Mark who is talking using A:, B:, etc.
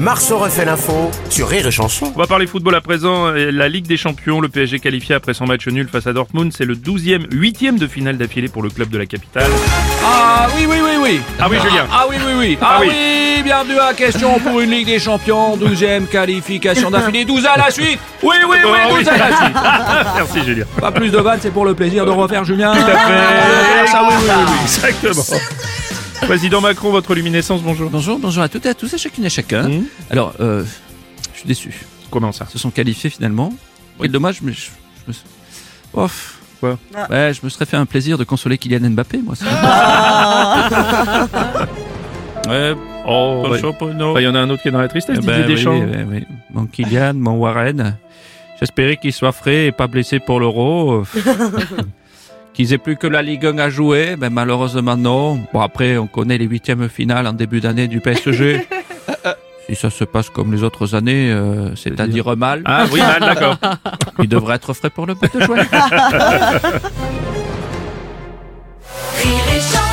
A: Marceau refait l'info sur Rire et Chanson.
B: On va parler football à présent. Et La Ligue des Champions, le PSG qualifié après son match nul face à Dortmund, c'est le 12e, 8e de finale d'affilée pour le club de la capitale.
C: Ah oui, oui, oui, oui.
B: Ah oui, Julien.
C: Ah oui, oui, oui. Ah,
B: Ah oui.
C: oui. bienvenue à Question pour une Ligue des Champions. 12e qualification d'affilée. 12 à la suite. Oui, oui,
B: Oh,
C: oui, 12
B: oui.
C: à la suite.
B: Merci Julien.
C: Pas plus de vannes, c'est pour le plaisir de refaire Julien. Tout
B: fait.
C: Ça, oui, oui, oui, oui.
B: Exactement. Président Macron, votre luminescence, bonjour.
D: Bonjour, bonjour à toutes et à tous, à chacune et à
C: Mm.
D: chacun.
B: Mhm.
D: Alors, euh, je suis déçu.
B: Comment ça
D: Ils se sont qualifiés finalement. Quel dommage, mais je, je me. suis- Ouf.
B: Quoi
D: Ouais, je me serais fait un plaisir de consoler Kylian Mbappé, moi. Ça. ouais,
B: Oh, bah,
D: ouais.
B: bah, il y en a un autre qui est dans la tristesse,
D: Eh ben
B: Didier
D: oui,
B: Deschamps.
D: oui, oui. Mon Kylian, mon Warren. J'espérais qu'il soit frais et pas blessé pour l'Euro. Qu'ils aient plus que la Ligue 1 à jouer, ben malheureusement non. Bon après, on connaît les huitièmes finales en début d'année du PSG. si ça se passe comme les autres années, euh, c'est-à-dire mal,
B: Ah oui, mal, d'accord.
D: il devrait être frais pour le bout de jouer.
E: Rire et chanson.